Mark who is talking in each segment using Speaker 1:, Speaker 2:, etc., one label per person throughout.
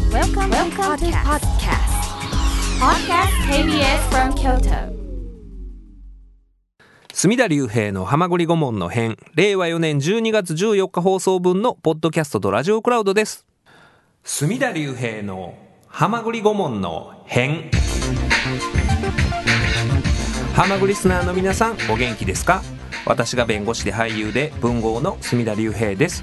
Speaker 1: Welcome to
Speaker 2: Welcome, to podcast. Podcast KBS from Kyoto.
Speaker 3: 隅田隆平の浜ごり顧問の編令和4年12月14日放送分のポッドキャストとラジオクラウドです隅田隆平の浜ごり顧問の編浜ごリスナーの皆さんお元気ですか私が弁護士で俳優で文豪の隅田隆平です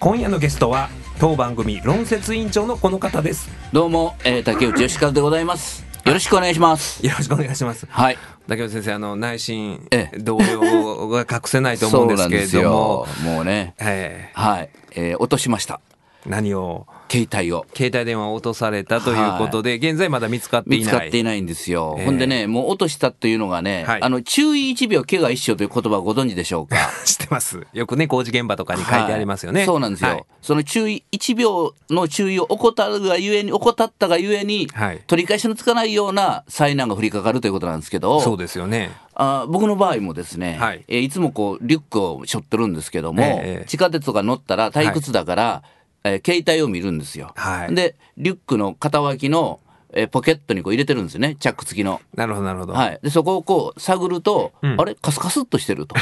Speaker 3: 今夜のゲストは当番組論説委員長のこの方です
Speaker 4: どうも、えー、竹内義和でございます。よろしくお願いします。
Speaker 3: よろしくお願いします
Speaker 4: はい。
Speaker 3: 竹内先生あの内心
Speaker 4: ええ
Speaker 3: 動揺が隠せないと思うんですけれども
Speaker 4: そうなんですよもうね。
Speaker 3: え
Speaker 4: はい。えー、落としました。
Speaker 3: え何を
Speaker 4: 携帯を。
Speaker 3: 携帯電話を落とされたということで、現在まだ見つかっていない
Speaker 4: 見つかっていないんですよ。
Speaker 3: ええ
Speaker 4: ほんでね、もう落としたというのがね、
Speaker 3: はい
Speaker 4: あの、注意一秒、怪我一生という言葉をご存知でしょ うか。
Speaker 3: 知ってますよくね工事現場とかに書いてありますよね、
Speaker 4: はいそうなんですよ。
Speaker 3: はい
Speaker 4: その注意、一秒の注意を怠るがゆえに、怠ったがゆえに、
Speaker 3: はい
Speaker 4: 取り返しのつかないような災難が降りかかるということなんですけど、
Speaker 3: そうですよね
Speaker 4: あー僕の場合もですね、
Speaker 3: はい
Speaker 4: いえーいつもこうリュックを背負ってるんですけども、
Speaker 3: ええええ
Speaker 4: 地下鉄とか乗ったら退屈だから、えー携帯を見るんですよ、
Speaker 3: はい
Speaker 4: でリュックの肩脇の、えーポケットにこう入れてるんですよねチャック付きの、
Speaker 3: なるほどなるほど、
Speaker 4: はい、でそこをこう探ると、あれカスカスっとし てると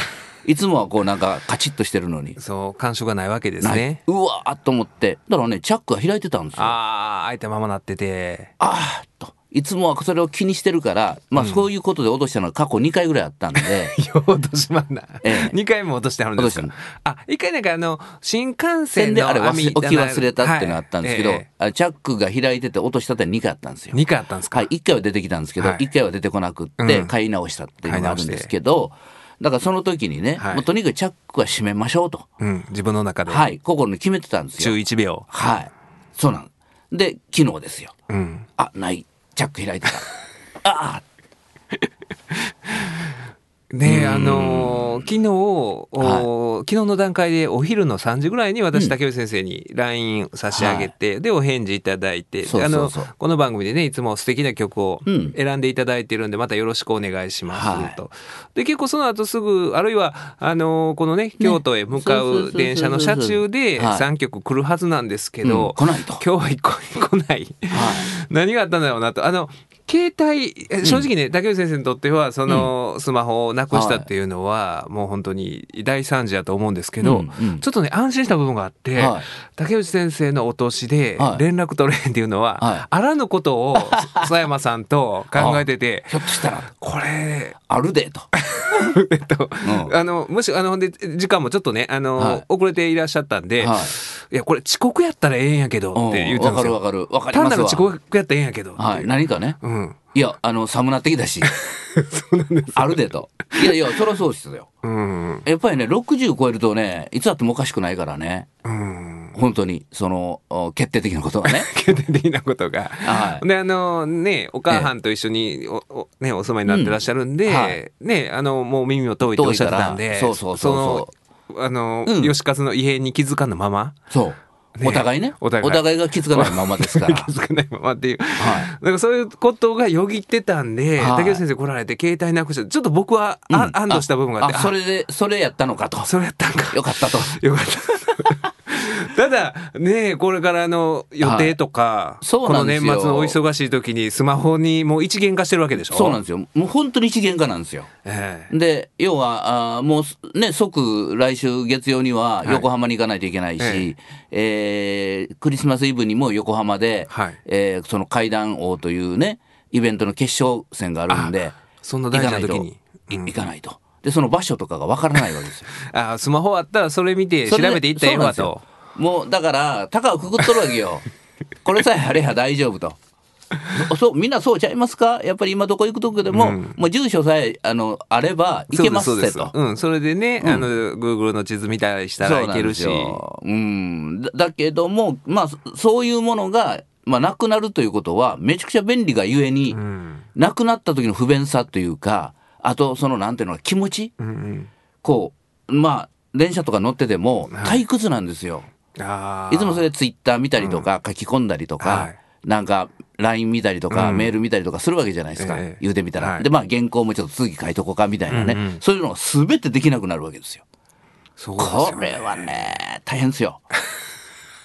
Speaker 4: いつもはこうなんかカチッとしてるのに、
Speaker 3: そう感触がないわけです
Speaker 4: ない
Speaker 3: ね
Speaker 4: うわーっと思ってだからねチャックが開いてたんですよ
Speaker 3: ああ開いたままなってて
Speaker 4: あーっといつもはそれを気にしてるから、まあ、そういうことで落としたのが過去2回ぐらいあったんで。
Speaker 3: よう落としまんな、
Speaker 4: ええ
Speaker 3: 2回も落としてはるんですか
Speaker 4: 落と
Speaker 3: あ一回なんかあの新幹
Speaker 4: 線
Speaker 3: 線
Speaker 4: で
Speaker 3: の
Speaker 4: あれ忘
Speaker 3: 網
Speaker 4: れ置き忘れたっていうのがあったんですけど、
Speaker 3: はいえ
Speaker 4: あチャックが開いてて落としたって2回あったんです
Speaker 3: え
Speaker 4: よ。
Speaker 3: 二回あったんですか、
Speaker 4: はい、1回は出てきたんですけど、
Speaker 3: はい
Speaker 4: 1回は出てこなくって、
Speaker 3: うん
Speaker 4: 買い直したっていうのがあるんですけど、だからその時にね、
Speaker 3: はい
Speaker 4: もうとにかくチャックは閉めましょうと、
Speaker 3: うん自分の中で、
Speaker 4: はい、心に決めてたんですよ。
Speaker 3: 11秒
Speaker 4: はい。そうなんで、昨日ですよ。
Speaker 3: うん
Speaker 4: あ、ない。チャック開いて た。ああ、
Speaker 3: ねあのー昨日、お昨日の段階でお昼の3時ぐらいに私、竹内先生に LINE 差し上げて、で、お返事いただいて、
Speaker 4: そう
Speaker 3: であの
Speaker 4: そうそう
Speaker 3: この番組でね、いつも素敵な曲を
Speaker 4: ん
Speaker 3: 選んでいただいてるんで、またよろしくお願いします、
Speaker 4: はい
Speaker 3: と。で、結構その後すぐ、あるいは、あのーこのね、京都へ向か
Speaker 4: そうそうそう
Speaker 3: う
Speaker 4: そう
Speaker 3: 電車の車中で
Speaker 4: はい
Speaker 3: 3曲来るはずなんですけ
Speaker 4: うん
Speaker 3: ど、
Speaker 4: 来ないと
Speaker 3: 今日は一個に来ない。 何があったんだろうなと。あの、携帯、え正直ね、竹内先生にとっては、その、スマホをなくしたっていうのは、もう本当に大惨事だと思うんですけど、
Speaker 4: うんうん
Speaker 3: ちょっとね、安心した部分があって、
Speaker 4: はい
Speaker 3: 竹内先生のお通しで
Speaker 4: は、い
Speaker 3: 連絡取れへんっていうのは、
Speaker 4: はい
Speaker 3: あらぬこと を、曽山さんと考えてて、
Speaker 4: ひょっとしたら、
Speaker 3: これ、
Speaker 4: あ るでと。
Speaker 3: えっと、
Speaker 4: うん
Speaker 3: あの、もし、あの、ほんで、時間もちょっとね、あの、
Speaker 4: はい
Speaker 3: 遅れていらっしゃったんで、、
Speaker 4: はい
Speaker 3: や、これ遅刻やったらええんやけど、
Speaker 4: うん
Speaker 3: って言ったんですよ。
Speaker 4: わかるわかるわかり
Speaker 3: 単
Speaker 4: ます
Speaker 3: な
Speaker 4: わ
Speaker 3: る遅刻やったらええんやけど、っていう
Speaker 4: はい、何かね。
Speaker 3: うん。
Speaker 4: いや、あの、寒なって きたし。あるでと。いやいや、そりゃそうですよ。
Speaker 3: うん。
Speaker 4: やっぱりね、60超えるとね、いつあってもおかしくないからね。
Speaker 3: うん。
Speaker 4: 本当に、その、お決定的なことは ね。
Speaker 3: 決定的なことが。
Speaker 4: はい
Speaker 3: で、あの、ね、お母さんと一緒にお、おね、お住まいになってらっしゃるんで、
Speaker 4: うんはい
Speaker 3: ね、あの、もう耳も遠いっておっしゃってたんで、
Speaker 4: 遠いからそうそうそうそう
Speaker 3: の、あの、
Speaker 4: うん
Speaker 3: 吉和の異変に気づかぬまま、
Speaker 4: そう。
Speaker 3: ね
Speaker 4: お互いね。
Speaker 3: お
Speaker 4: お
Speaker 3: 互
Speaker 4: 互
Speaker 3: い
Speaker 4: いが気づかないままですか
Speaker 3: 気
Speaker 4: ら。
Speaker 3: づかないままっていう、
Speaker 4: はい
Speaker 3: なんかそういうことがよぎってたんで、
Speaker 4: はい
Speaker 3: 竹内先生来られて携帯なくした、ちょっと僕は、あ安堵した部分があって、
Speaker 4: あ、それで、それやったのかと
Speaker 3: あ、。それやったんか。
Speaker 4: よかったと。
Speaker 3: よかった。ただねこれからの予定とか、
Speaker 4: いそう
Speaker 3: こ
Speaker 4: な
Speaker 3: の
Speaker 4: んで
Speaker 3: 年
Speaker 4: す
Speaker 3: 末
Speaker 4: よ
Speaker 3: のお忙しい時にスマホにもう一元化してるわけでしょ
Speaker 4: そうなん
Speaker 3: ん
Speaker 4: ですよ。もう本当に一元化なんですよ。
Speaker 3: ええ
Speaker 4: で、要は、あーもうすね、即来週月曜には横浜に行かないといけないし、
Speaker 3: え
Speaker 4: えークリスマスイブにも横浜で、
Speaker 3: はい
Speaker 4: えーその階段王というね、イベントの決勝戦があるんで、
Speaker 3: そんな大事な時
Speaker 4: 行
Speaker 3: に
Speaker 4: かないとい行かないと。で、その場所とかがわからないわけですよ。
Speaker 3: あスマホあったらそれ見て調
Speaker 4: それで
Speaker 3: べてい ったらええわと。
Speaker 4: そうなんですよもうだから、高をくくっとるわけよ。 これさえあれや大丈夫と。そそうみんなそうちゃいますかやっぱり今どこ行くとこでも、もう住所さえあのあれば行けます
Speaker 3: そう
Speaker 4: っ
Speaker 3: です
Speaker 4: て
Speaker 3: そう
Speaker 4: と
Speaker 3: です。うんそれでね、あの Google の地図見たりしたらいけるし
Speaker 4: そうなんですようんだだけども、まあ、そそういうものが、まあ、なくなるということはめちゃくちゃ便利がゆえに、なくなった時の不便さというかあとそのなんていうの気持ち、こうまあ電車とか乗ってても退屈なんですよ。
Speaker 3: あー
Speaker 4: いつもそれでツイッター見たりとか、書き込んだりとか、
Speaker 3: はい
Speaker 4: なんか LINE 見たりとか、メール見たりとかするわけじゃないですか、
Speaker 3: ええ
Speaker 4: 言うてみたら、
Speaker 3: はい
Speaker 4: でまあ原稿もちょっと続き書いとこうかみたいなね、そういうのが全てできなくなるわけですよ。
Speaker 3: そうですよ
Speaker 4: これはね大変ですよ。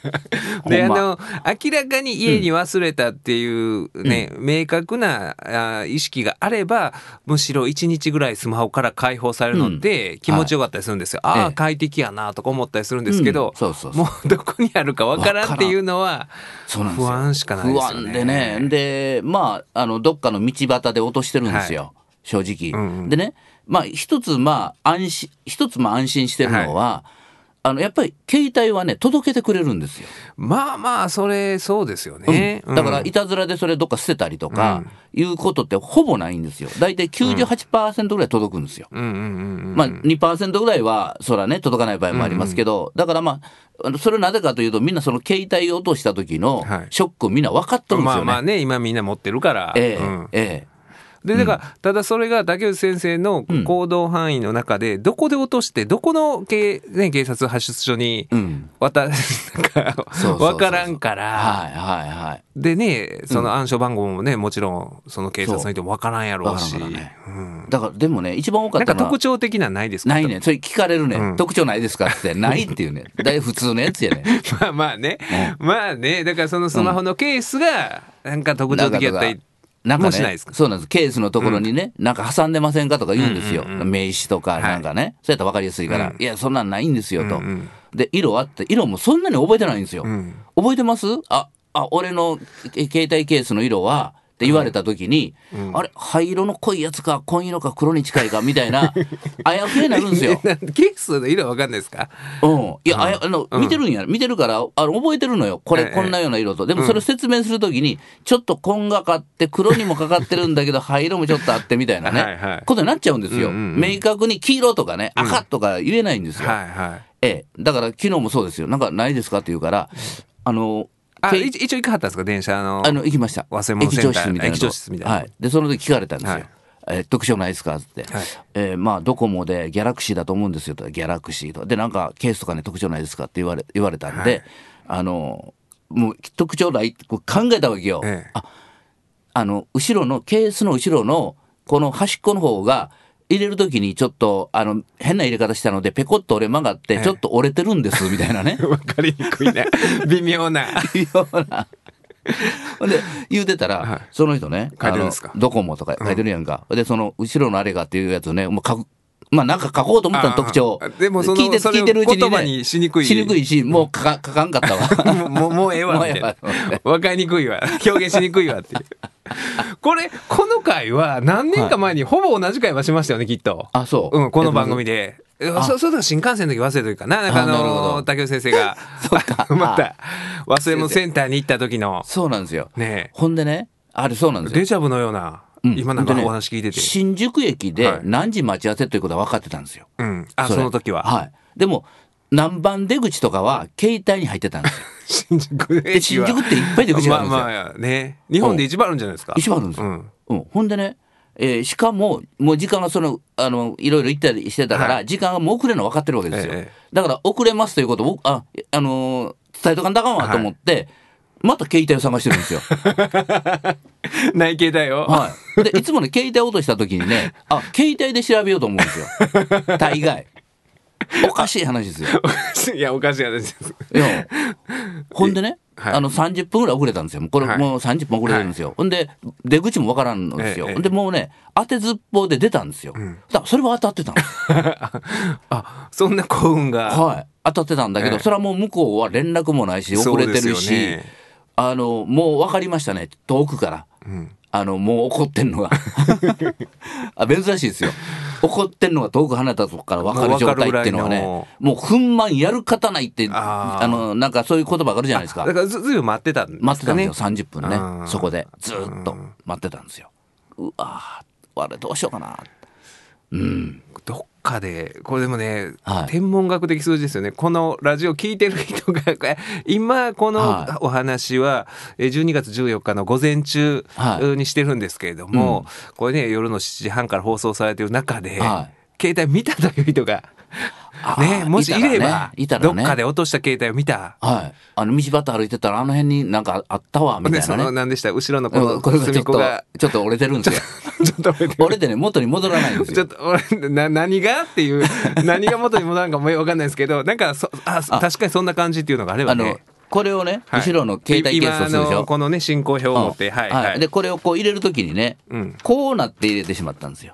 Speaker 3: で、
Speaker 4: ほんま
Speaker 3: あの、明らかに家に忘れたっていうね、明確なあー意識があれば、むしろ1日ぐらいスマホから解放されるのって気持ちよかったりするんですよ。あ
Speaker 4: え
Speaker 3: あ、
Speaker 4: え
Speaker 3: 快適やなとか思ったりするんですけど
Speaker 4: うん、そうそうそう
Speaker 3: もうどこにあるかわからんっていうのは、
Speaker 4: そうなんです
Speaker 3: 不
Speaker 4: よ
Speaker 3: 安しかないですよね。
Speaker 4: 不安でね。で、まあ、あの、どっかの道端で落としてるんですよ。正直、
Speaker 3: うんうん
Speaker 4: でね、まあ、一つ、まあ、安心、一つ、まあ、安心してるのは、あの、やっぱり、携帯はね、届けてくれるんですよ。
Speaker 3: まあまあ、それ、そうですよね。
Speaker 4: だから、
Speaker 3: うん
Speaker 4: いたずらでそれどっか捨てたりとか、いうことってほぼないんですよ。だいたい98%ぐらい届くんですよ。
Speaker 3: うんうんうんうん。
Speaker 4: まあ、2%ぐらいは、そらね、届かない場合もありますけど、だからまあ、あのそれなぜかというと、みんなその携帯を落とした時の
Speaker 3: はい
Speaker 4: ショックをみんな分かっとるんで
Speaker 3: ま
Speaker 4: すよ
Speaker 3: あ
Speaker 4: ね。
Speaker 3: まあね、今みんな持ってるから。
Speaker 4: ええ、
Speaker 3: うん
Speaker 4: え
Speaker 3: で、だから、ただそれが竹内先生の行動範囲の中で、どこで落として、どこの警,、ね、警察派出所に
Speaker 4: え、うん。
Speaker 3: 渡、なんか
Speaker 4: そうそうそう
Speaker 3: わからんから。
Speaker 4: はいはいはい。
Speaker 3: でね、その暗証番号もね、もちろん、その警察の人もわからんやろうし。
Speaker 4: わからんからね
Speaker 3: うん
Speaker 4: だからでもね、一番多か
Speaker 3: な
Speaker 4: っ
Speaker 3: ん
Speaker 4: た
Speaker 3: か
Speaker 4: のは
Speaker 3: 特、徴的なんないですか
Speaker 4: ないね。それ聞かれるね。
Speaker 3: うん
Speaker 4: 特徴ないですかって、ないっていうね。だい普通のやつやね。
Speaker 3: まあまあね、まあね、だからそのスマホのケースが、なんか特徴的やったり、
Speaker 4: なん
Speaker 3: も
Speaker 4: か
Speaker 3: うしない
Speaker 4: ね
Speaker 3: です、か
Speaker 4: そうなんです。ケースのところにね、なんか挟んでませんかとか言うんですよ。
Speaker 3: うんうんうん
Speaker 4: 名刺とか、なんかね。そうやったら分かりやすいから、いや、そんなんないんですよ、と。
Speaker 3: うんうん
Speaker 4: で、色あって、色もそんなに覚えてないんですよ。
Speaker 3: ん。
Speaker 4: 覚えてますあ、あ、俺のえ携帯ケースの色は、って言われた時に、あれ、灰色の濃いやつか、紺色か、黒に近いか、みたいな、あやふやになるんですよ
Speaker 3: なんケースの色わかんないですか
Speaker 4: うん。いや、あやあの、見てるんや、見てるから、あの、覚えてるのよ。こ
Speaker 3: え
Speaker 4: れ、
Speaker 3: え
Speaker 4: こんなような色と。でも、それを説明するときに、ちょっと紺がかって、黒にもかかってるんだ けど、灰色もちょっとあって、みたいなね、
Speaker 3: はいはい
Speaker 4: ことになっちゃうんですよ。
Speaker 3: うんうんうん
Speaker 4: 明確に黄色とかね、赤とか言えないんですよ。
Speaker 3: はいはい。
Speaker 4: ええ。だから、昨日もそうですよ。なんか、ないですかって言うから、あの、
Speaker 3: あ、
Speaker 4: けい
Speaker 3: 一一応行かはったんですか電車の。
Speaker 4: あの、行きました。
Speaker 3: 忘れ物センター
Speaker 4: 駅長室みたいな
Speaker 3: 駅
Speaker 4: と
Speaker 3: 長
Speaker 4: こ。
Speaker 3: 室みたいな
Speaker 4: はい。で、その時聞かれたんですよ。
Speaker 3: はい
Speaker 4: えー特徴ないですかって、
Speaker 3: はい
Speaker 4: えーまあドコモでギャラクシーだと思うんですよとギャラクシーとでなんかケースとかね特徴ないですかって言われ言われたんで、あのもう特徴ないってこう考えたわけよ、
Speaker 3: ええ
Speaker 4: ああの後ろのケースの後ろのこの端っこの方が入れるときにちょっとあの変な入れ方したのでペコッと折れ曲がっ
Speaker 3: え
Speaker 4: て
Speaker 3: え
Speaker 4: ちょっと折れてるんですみたいなね
Speaker 3: わかりにくいね。微妙 な。
Speaker 4: いうような。ほんで、言うてたら、
Speaker 3: はい
Speaker 4: その人ね、
Speaker 3: 書いてるん
Speaker 4: あの
Speaker 3: ですか
Speaker 4: ドコモとか書いてるやんか。で、その、後ろのあれがっていうやつをね、もう書く、まあなんか書こうと思った
Speaker 3: あ
Speaker 4: の
Speaker 3: ー
Speaker 4: 特徴。
Speaker 3: でもその
Speaker 4: 聞いて
Speaker 3: それ
Speaker 4: 聞
Speaker 3: を
Speaker 4: いてるうちに、ね。
Speaker 3: 言葉にしにくい
Speaker 4: しにくいし、もう書か書かんかった わ。
Speaker 3: もうもう、もうええわ、みたいな
Speaker 4: もうええわ。
Speaker 3: わかりにくいわ。表現しにくいわっていう。これ、この回は何年か前にほぼ同じ会話しましたよね、きっと。
Speaker 4: あそう
Speaker 3: うん、この番組で。うんそそうだ、新幹線の時忘れた時かな。なんかあ
Speaker 4: あなるほ
Speaker 3: の
Speaker 4: ど
Speaker 3: ー、竹内先生 が、 また、忘れ物センターに行った時の、
Speaker 4: そうなんですよ。
Speaker 3: ね
Speaker 4: ほんでね、あれそうなんですよ
Speaker 3: デ。ジャブのような、
Speaker 4: うん
Speaker 3: 今なんか
Speaker 4: ほでね
Speaker 3: お話聞いてて。
Speaker 4: 新宿駅
Speaker 3: はい
Speaker 4: で何時待ち合わせということは分かってたんですよ。
Speaker 3: うん。あ、
Speaker 4: れ
Speaker 3: その時は。
Speaker 4: はい。でも、何番出口とかは携帯に入ってたんですよ。
Speaker 3: 新宿
Speaker 4: で
Speaker 3: 駅
Speaker 4: 新
Speaker 3: は。
Speaker 4: 宿っていっぱい出口があるんですよ。
Speaker 3: まあまあね。日本で一番あるんじゃないですか。
Speaker 4: 一番あるんですよ。
Speaker 3: う
Speaker 4: うんほんでね、えーしかも、もう時間がその、あの、いろいろ行ったりしてたから、
Speaker 3: は
Speaker 4: 時間がもう遅れるの分かってるわけですよ。
Speaker 3: ええ
Speaker 4: だから、遅れますということを、あ、あのー伝えとかんだかんわと思って、また携帯を探してるんで すよ。
Speaker 3: 内径だよ。
Speaker 4: はい。で、いつもね、携帯落とした時にね、あ、携帯で調べようと思うんですよ。大概。おかしい話ですよ。
Speaker 3: いや、おかしい話です。
Speaker 4: いや ほんでね、
Speaker 3: はい
Speaker 4: あの30分ぐらい遅れたんですよ。もうこれ、
Speaker 3: はい
Speaker 4: もう30分遅れてるんですよ。ほんで、出口もわからんのですよ。
Speaker 3: ええ
Speaker 4: ほんで、もうね、当てずっぽうで出たんですよ。だそれは当たっ てたんです。
Speaker 3: あ、そんな幸運が。
Speaker 4: はい。当たってたんだけど、
Speaker 3: ええ
Speaker 4: それはもう向こうは連絡もないし、遅れて
Speaker 3: そうで
Speaker 4: るし、
Speaker 3: すよね
Speaker 4: あの、もう分かりましたね。遠くから。あの、もう怒ってん のが。あ、珍しいですよ。怒ってんのが遠く離れたとこから分かる状態っていうのはね、
Speaker 3: も
Speaker 4: もう憤懣やる方ないって、
Speaker 3: あ
Speaker 4: あ
Speaker 3: ー
Speaker 4: の、なんかそういう言葉があるじゃないですか
Speaker 3: だ。からずずいぶん待ってたんですかね。
Speaker 4: 待ってたんですよ、30分
Speaker 3: うん
Speaker 4: ね。そこで、ずーっと待ってたんですよ。うわーあれどうしようかな。うん。
Speaker 3: どっかで、これでもね、
Speaker 4: はい
Speaker 3: 天文学的数字ですよね。このラジオ聞いてる人が、 これ今この
Speaker 4: はい
Speaker 3: お話は、えー12月14日の午前中
Speaker 4: はい
Speaker 3: にしてるんですけれども、これね、夜の7時半から放送されてる中で、
Speaker 4: は
Speaker 3: 携帯見たという人が、
Speaker 4: あー
Speaker 3: ね、もしいれば、
Speaker 4: いたらね
Speaker 3: ど
Speaker 4: いたらね
Speaker 3: っかで落とした携帯を見た。
Speaker 4: はい。あの、道端歩いてたら、あの辺になんかあったわ、みた
Speaker 3: で
Speaker 4: い
Speaker 3: その
Speaker 4: なね。
Speaker 3: 何でした後ろのこ
Speaker 4: うん
Speaker 3: の
Speaker 4: これがち
Speaker 3: 隅
Speaker 4: ょ
Speaker 3: っ
Speaker 4: っ
Speaker 3: ことが、
Speaker 4: ちょっと折れてるんですよ。
Speaker 3: ちょっと待って
Speaker 4: 折れてね、元に戻らないんです
Speaker 3: ちょっ
Speaker 4: よ。
Speaker 3: と俺な何がって いう何が元に戻らんかもよくわかんないですけどなんかそあ
Speaker 4: あ
Speaker 3: 確かにそんな感じっていうのがあれば
Speaker 4: あの
Speaker 3: ね、
Speaker 4: これをね、
Speaker 3: はい
Speaker 4: 後ろの携帯ケースをするで
Speaker 3: 今
Speaker 4: し
Speaker 3: あ
Speaker 4: ょ
Speaker 3: の。このね、進行表を持って、
Speaker 4: うん
Speaker 3: はい、はい。
Speaker 4: で、これをこう入れるときにね、
Speaker 3: うん
Speaker 4: こうなって入れてしまったんですよ。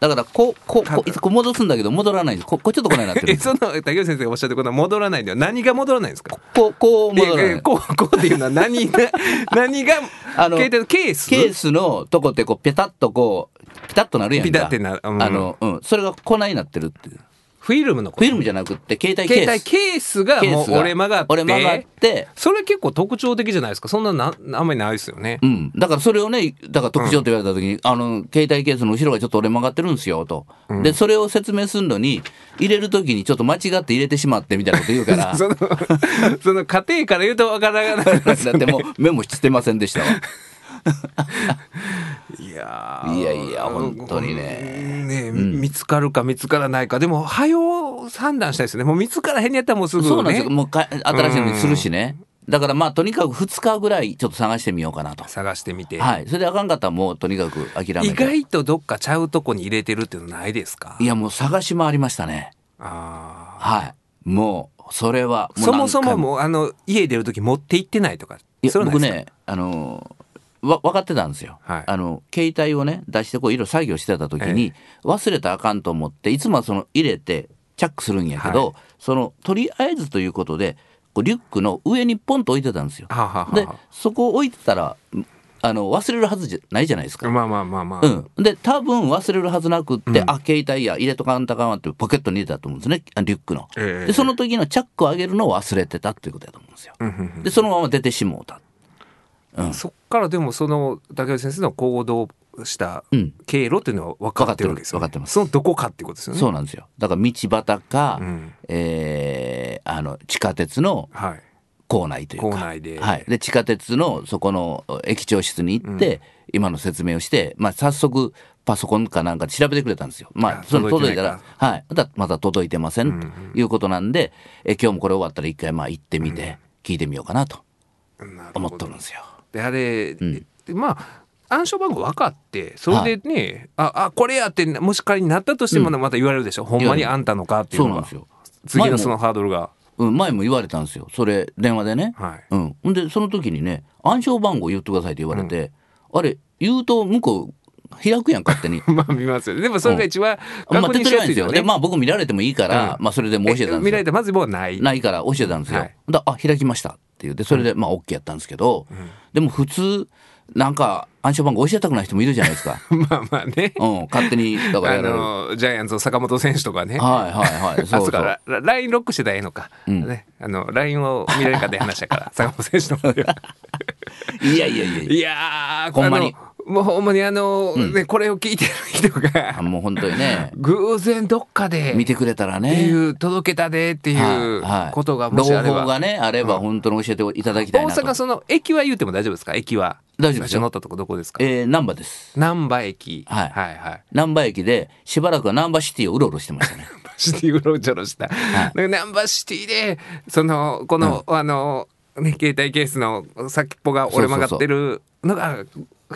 Speaker 4: だから、こう、こう、こう、いつこう戻すんだけど、戻らないんです。ここうちょっとこないなってるんで
Speaker 3: え、
Speaker 4: す。
Speaker 3: その、竹内先生がおっしゃったことは戻らないんだよ。何が戻らないんですか
Speaker 4: こう、こう戻ら
Speaker 3: え
Speaker 4: な
Speaker 3: え
Speaker 4: い。
Speaker 3: こう、こ うっていうのは何が、 何が、
Speaker 4: あの
Speaker 3: 携帯のケース
Speaker 4: ケースのとこってこう、ペタッとこう、ピタッとなるやんか。
Speaker 3: ピタッてなるうん
Speaker 4: あの、うん。それがこないなってるっていう。
Speaker 3: フィルムのこ
Speaker 4: フ
Speaker 3: と
Speaker 4: ィルムじゃなくって、携帯ケ
Speaker 3: 携帯
Speaker 4: ース。
Speaker 3: ケースが
Speaker 4: ケ
Speaker 3: も
Speaker 4: ー
Speaker 3: う
Speaker 4: スが
Speaker 3: 折れ曲がって。
Speaker 4: 折れ曲がって、
Speaker 3: それ結構特徴的じゃないですか。そんなな、あんまりないですよね
Speaker 4: う。ん、だからそれをね、だから特徴って言われたときに、あの、携帯ケースの後ろがちょっと折れ曲がってるんですよ、と。で、それを説明するのに、入れるときにちょっと間違って入れてしまってみたいなこと言うか ら、
Speaker 3: その、その家庭から言うとわからない。
Speaker 4: だってもうメモしてません でしたわ。
Speaker 3: いや
Speaker 4: いやいや本当にね
Speaker 3: ね、見つかるか見つからないか。でも、早う判断したいですね。もう見つからへんやったらもうすぐ、ね。
Speaker 4: そうなんですよ。もうか新しいのにするしね。だからまあ、とにかく2日ぐらいちょっと探してみようかなと。
Speaker 3: 探してみて。
Speaker 4: はい。それであかんかったらもうとにかく諦めて。
Speaker 3: 意外とどっかちゃうとこに入れてるっていうのないですか
Speaker 4: いや、もう探し回りましたね。
Speaker 3: あ
Speaker 4: はい。もう、それは
Speaker 3: ーそもそも
Speaker 4: う
Speaker 3: もうあの家出る時持って行ってないとか
Speaker 4: いや
Speaker 3: それはな
Speaker 4: 僕
Speaker 3: いですか
Speaker 4: ねあのーわ分かってたんですよ、
Speaker 3: はい
Speaker 4: あの携帯をね出してこういろいろ作業してた時に、忘れたらあかんと思っていつもはその入れてチャックするんやけど、そのとりあえずということでこうリュックの上にポンと置いてたんですよ。
Speaker 3: はあはあはあ
Speaker 4: でそこを置いてたらんあの忘れるはずじゃないじゃないですか。
Speaker 3: まあまあまあまあ、
Speaker 4: うん、で多分忘れるはずなくって、あ携帯や入れとかんとかんわってポケットに入れたと思うんですねあリュックの、
Speaker 3: ええ
Speaker 4: でその時のチャックを上げるのを忘れてたっていうことだと思うんですよ。でそのまま出てしもうた。
Speaker 3: そっからでもその竹内先生の行動した
Speaker 4: うん
Speaker 3: 経路っていうのは分かってるわけですよ、ね
Speaker 4: 分かってます
Speaker 3: そのどこかっていうことですよね
Speaker 4: そうなんですよ。だから道端か、
Speaker 3: ん
Speaker 4: えーあの地下鉄の
Speaker 3: はい
Speaker 4: 構内というか、
Speaker 3: 構内で
Speaker 4: はい、で地下鉄のそこの駅長室に行って、今の説明をして、まあ、早速パソコンかなんかで調べてくれたんですよ。ま
Speaker 3: あ
Speaker 4: あ、その
Speaker 3: 届い
Speaker 4: 届い
Speaker 3: て
Speaker 4: た
Speaker 3: ない
Speaker 4: ら、はい、まだまだ届いてませんということなんで、え今日もこれ終わったら一回まあ行ってみて、聞いてみようかなと
Speaker 3: なるほど
Speaker 4: 思っとるんですよ。
Speaker 3: であれ、
Speaker 4: ん
Speaker 3: でまあ暗証番号分かってそれでね、ああこれやってもし仮になったとしてもまた言われるでしょ、ほんまにあんたのかっていう
Speaker 4: そう
Speaker 3: の
Speaker 4: なん
Speaker 3: が
Speaker 4: ですよ。
Speaker 3: 次
Speaker 4: 前
Speaker 3: の
Speaker 4: も
Speaker 3: そのハードルが
Speaker 4: うん、前も言われたんですよ。それ、電話でね。
Speaker 3: はい。
Speaker 4: うん。ほんで、その時にね、暗証番号言ってくださいって言われて、あれ、言うと向こう、開くやん、勝手に
Speaker 3: まあ見ますよねでもそれが一番
Speaker 4: まあ、
Speaker 3: 確
Speaker 4: 手っ
Speaker 3: 認
Speaker 4: 取
Speaker 3: しや
Speaker 4: り
Speaker 3: す
Speaker 4: 早いんで
Speaker 3: い
Speaker 4: す
Speaker 3: よ
Speaker 4: よ。
Speaker 3: ね、
Speaker 4: で、まあ、僕見られてもいいから、
Speaker 3: うん
Speaker 4: まあ、それでもう教えたん
Speaker 3: 見られ
Speaker 4: です
Speaker 3: て
Speaker 4: よ。
Speaker 3: まずもうない
Speaker 4: ないから教えたんですよ。
Speaker 3: はい
Speaker 4: だあ、開きましたって言って、それで、まあ、OK やったんですけど、でも普通、なんか、暗証番号教えたくない人もいるじゃないで すか。
Speaker 3: まあまあね、
Speaker 4: うん、勝手に、だから
Speaker 3: あ
Speaker 4: やられる。は
Speaker 3: のジャイアンツの坂本選手とかね
Speaker 4: いはいは
Speaker 3: あ
Speaker 4: い。そ
Speaker 3: そうう
Speaker 4: そう。
Speaker 3: かラ LINE ロックしてたらええのか、ね、あの LINE を見られるかって話だから 坂本選手の方ではい
Speaker 4: やいやいやいや。
Speaker 3: いやー
Speaker 4: ほんまに
Speaker 3: あのもうほんまにあの、ね、これを聞いてる人
Speaker 4: あ
Speaker 3: が
Speaker 4: もう本当にね、
Speaker 3: 偶然どっかで
Speaker 4: 見てくれたら
Speaker 3: っ
Speaker 4: ね。
Speaker 3: ていう届けたでっていう
Speaker 4: はいはい
Speaker 3: ことがもしあれ
Speaker 4: 朗報が
Speaker 3: ば、
Speaker 4: ねあれば本当に教えていただきたい
Speaker 3: 大
Speaker 4: なと
Speaker 3: 阪その駅は言っても大丈夫ですか駅は
Speaker 4: 大丈夫ですよ
Speaker 3: 乗ったとこどこですか
Speaker 4: えー、難波です
Speaker 3: 難波駅
Speaker 4: はい
Speaker 3: はいはい
Speaker 4: 難波駅でしばらくは難波シティをうろうろしてましたね
Speaker 3: シティうろちょろした。だからナンバーシティで、その、この、あの、ね、携帯ケースの先っぽが折れ曲がってるのが、